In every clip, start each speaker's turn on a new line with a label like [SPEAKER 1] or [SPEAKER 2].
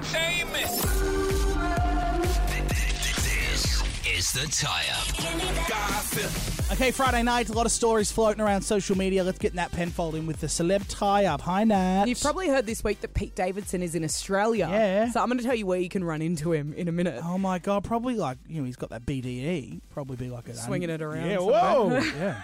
[SPEAKER 1] famous.
[SPEAKER 2] This is the tie up.
[SPEAKER 1] Gossip.
[SPEAKER 3] Okay, Friday night, a lot of stories floating around social media. Let's get Nat Penfold in with the celeb tie up. Hi, Nat.
[SPEAKER 4] You've probably heard this week that Pete Davidson is in Australia.
[SPEAKER 3] Yeah.
[SPEAKER 4] So I'm going to tell you where you can run into him in a minute.
[SPEAKER 3] Oh my god, probably like you know he's got that BDE. Probably be like a
[SPEAKER 4] Swinging it around
[SPEAKER 3] Yeah,
[SPEAKER 4] somewhere.
[SPEAKER 3] whoa, yeah.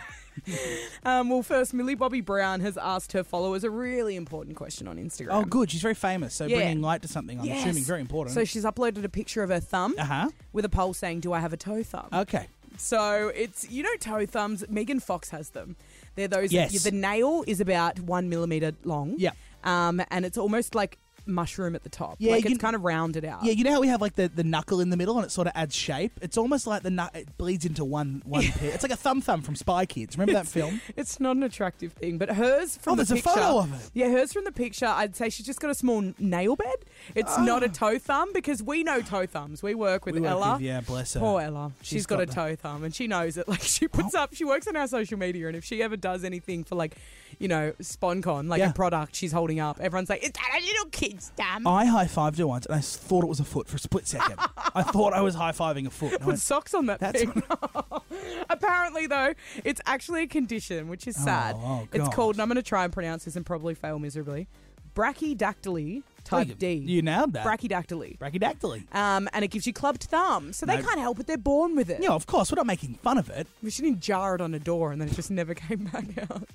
[SPEAKER 4] Um, well, first, Millie Bobby Brown has asked her followers a really important question on Instagram.
[SPEAKER 3] Oh, good. She's very famous, so
[SPEAKER 4] Yeah.
[SPEAKER 3] bringing light to something, I'm
[SPEAKER 4] Yes.
[SPEAKER 3] assuming, very important.
[SPEAKER 4] So she's uploaded a picture of her thumb
[SPEAKER 3] uh huh.
[SPEAKER 4] with a poll saying, Do I have a toe thumb?
[SPEAKER 3] Okay.
[SPEAKER 4] So it's, you know, toe thumbs. Megan Fox has them. They're those,
[SPEAKER 3] Yes.
[SPEAKER 4] the nail is about one millimeter long.
[SPEAKER 3] Yeah.
[SPEAKER 4] Um, and it's almost like mushroom at the top.
[SPEAKER 3] Yeah,
[SPEAKER 4] Like
[SPEAKER 3] you-
[SPEAKER 4] it's kind of rounded out.
[SPEAKER 3] Yeah, you know how we have like the, the knuckle in the middle and it sort of adds shape. It's almost like the nut it bleeds into one one pair. It's like a thumb thumb from Spy Kids. Remember that film?
[SPEAKER 4] It's not an attractive thing, but hers from
[SPEAKER 3] Oh,
[SPEAKER 4] the
[SPEAKER 3] there's a
[SPEAKER 4] picture.
[SPEAKER 3] photo of it.
[SPEAKER 4] Yeah, hers from the picture. I'd say she's just got a small n- nail bed. It's not a toe thumb because we know toe thumbs. We work with
[SPEAKER 3] Ah. We work
[SPEAKER 4] Ella.
[SPEAKER 3] with- yeah, bless her.
[SPEAKER 4] Poor Ella.
[SPEAKER 3] She's
[SPEAKER 4] she's got,
[SPEAKER 3] got
[SPEAKER 4] a
[SPEAKER 3] the- Oh.
[SPEAKER 4] toe thumb and she knows it. Like she puts up, she works on our social media, and if she ever does anything for like, you know, SponCon, like
[SPEAKER 3] Yeah.
[SPEAKER 4] a product she's holding up, everyone's like, "Is that a little kid's thumb?"
[SPEAKER 3] I high fived her once and I s- thought it was a foot for a split second. I thought I was high fiving a foot. And I
[SPEAKER 4] Put
[SPEAKER 3] went,
[SPEAKER 4] socks on that
[SPEAKER 3] That's-
[SPEAKER 4] thing. Apparently, though, it's actually a condition, which is sad.
[SPEAKER 3] oh,
[SPEAKER 4] it's
[SPEAKER 3] God.
[SPEAKER 4] called, and I'm going to try and pronounce this and probably fail miserably, brachydactyly type
[SPEAKER 3] "Oh, you-
[SPEAKER 4] D.
[SPEAKER 3] You nailed that.
[SPEAKER 4] brachydactyly.
[SPEAKER 3] Brachydactyly.
[SPEAKER 4] Um, and it gives you clubbed thumb, so they
[SPEAKER 3] No.
[SPEAKER 4] can't help it. They're born with it.
[SPEAKER 3] Yeah, of course. We're not making fun of it.
[SPEAKER 4] We shouldn't jar it on a door, and then it just never came back out.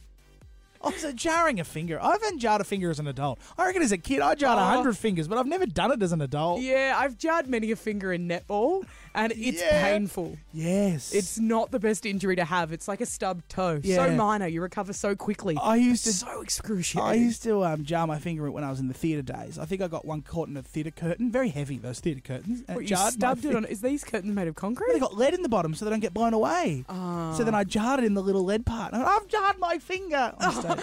[SPEAKER 3] Also, jarring Oh, a finger. I haven't jarred a finger as an adult. I reckon as a kid I jarred a
[SPEAKER 4] Oh.
[SPEAKER 3] hundred fingers, but I've never done it as an adult.
[SPEAKER 4] Yeah, I've jarred many a finger in netball, and it's
[SPEAKER 3] Yeah.
[SPEAKER 4] painful.
[SPEAKER 3] Yes.
[SPEAKER 4] It's not the best injury to have. It's like a stubbed toe,
[SPEAKER 3] Yeah.
[SPEAKER 4] so minor, you recover so quickly.
[SPEAKER 3] I used to
[SPEAKER 4] so
[SPEAKER 3] I
[SPEAKER 4] excruciating.
[SPEAKER 3] used to um, jar my finger when I was in the theatre days. I think I got one caught in a theatre curtain, very heavy those theatre curtains. And
[SPEAKER 4] What,
[SPEAKER 3] it
[SPEAKER 4] you
[SPEAKER 3] jarred my
[SPEAKER 4] stubbed it
[SPEAKER 3] fi-
[SPEAKER 4] on. Is these curtains made of
[SPEAKER 3] They
[SPEAKER 4] concrete?
[SPEAKER 3] got lead in the bottom, so they don't get blown away. So
[SPEAKER 4] Oh.
[SPEAKER 3] then I jarred it in the little lead part. And I went, I've jarred my finger. On stage.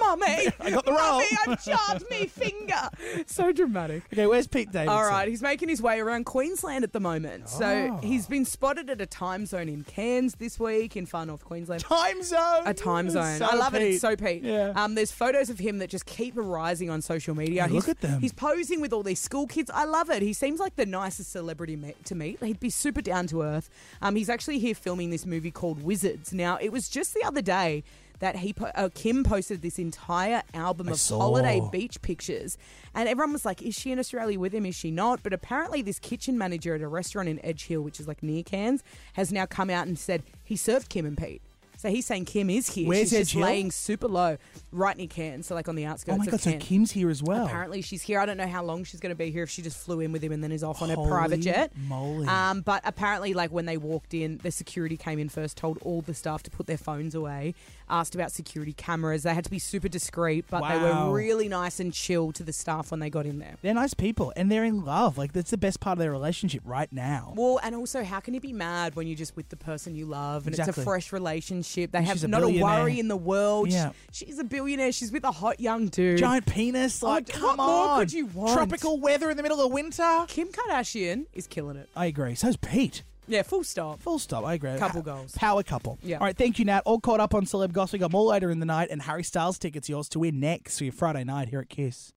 [SPEAKER 4] Mummy,
[SPEAKER 3] I got the roll.
[SPEAKER 4] Mummy, I've jarred me finger. So dramatic.
[SPEAKER 3] okay, where's Pete Davidson?
[SPEAKER 4] All right, he's making his way around Queensland at the moment. So
[SPEAKER 3] Oh.
[SPEAKER 4] he's been spotted at a time zone in Cairns this week in far north Queensland.
[SPEAKER 3] Time zone.
[SPEAKER 4] A time
[SPEAKER 3] It's
[SPEAKER 4] zone.
[SPEAKER 3] so
[SPEAKER 4] I love it.
[SPEAKER 3] Pete.
[SPEAKER 4] It's so Pete.
[SPEAKER 3] Yeah.
[SPEAKER 4] Um, there's photos of him that just keep arising on social media.
[SPEAKER 3] Yeah,
[SPEAKER 4] he's,
[SPEAKER 3] look at them.
[SPEAKER 4] He's posing with all these school kids. I love it. He seems like the nicest celebrity me- to meet. He'd be super down to earth. Um, he's actually here filming this movie called Wizards. Now, it was just the other day that he po- uh, Kim posted this entire album
[SPEAKER 3] I
[SPEAKER 4] of
[SPEAKER 3] saw.
[SPEAKER 4] holiday beach pictures, and everyone was like, "Is she in Australia with him? Is she not?" But apparently, this kitchen manager at a restaurant in Edge Hill, which is like near Cairns, has now come out and said he served Kim and Pete. So he's saying Kim is here.
[SPEAKER 3] Where's
[SPEAKER 4] She's just
[SPEAKER 3] Edge Hill?
[SPEAKER 4] laying super low, right near Cairns, so like on the outskirts
[SPEAKER 3] oh my
[SPEAKER 4] of
[SPEAKER 3] god, so
[SPEAKER 4] Cairns.
[SPEAKER 3] Kim's here as well.
[SPEAKER 4] Apparently she's here. I don't know how long she's going to be here. If she just flew in with him and then is off on
[SPEAKER 3] Holy
[SPEAKER 4] her private jet.
[SPEAKER 3] moly.
[SPEAKER 4] Um, but apparently, like when they walked in, the security came in first, told all the staff to put their phones away, asked about security cameras. They had to be super discreet, but they
[SPEAKER 3] Wow.
[SPEAKER 4] were really nice and chill to the staff when they got in there.
[SPEAKER 3] They're nice people and they're in love. Like that's the best part of their relationship right now.
[SPEAKER 4] Well, and also, how can you be mad when you're just with the person you love and it's
[SPEAKER 3] Exactly.
[SPEAKER 4] a fresh relationship? They have
[SPEAKER 3] She's a
[SPEAKER 4] not a
[SPEAKER 3] billionaire.
[SPEAKER 4] worry in the world.
[SPEAKER 3] Yeah.
[SPEAKER 4] She- She's a billionaire. She's with a hot young dude.
[SPEAKER 3] Giant penis, like
[SPEAKER 4] d-
[SPEAKER 3] come
[SPEAKER 4] what
[SPEAKER 3] on.
[SPEAKER 4] more could you want?
[SPEAKER 3] Tropical weather in the middle of winter.
[SPEAKER 4] Kim Kardashian is killing it.
[SPEAKER 3] I agree. So's Pete.
[SPEAKER 4] Yeah, full stop.
[SPEAKER 3] Full stop. I agree.
[SPEAKER 4] Couple
[SPEAKER 3] Pa-
[SPEAKER 4] goals.
[SPEAKER 3] Power couple.
[SPEAKER 4] Yeah.
[SPEAKER 3] All right. Thank you, Nat. All caught up on celeb gossip. We got more later in the night, and Harry Styles tickets yours to win next for your Friday night here at Kiss.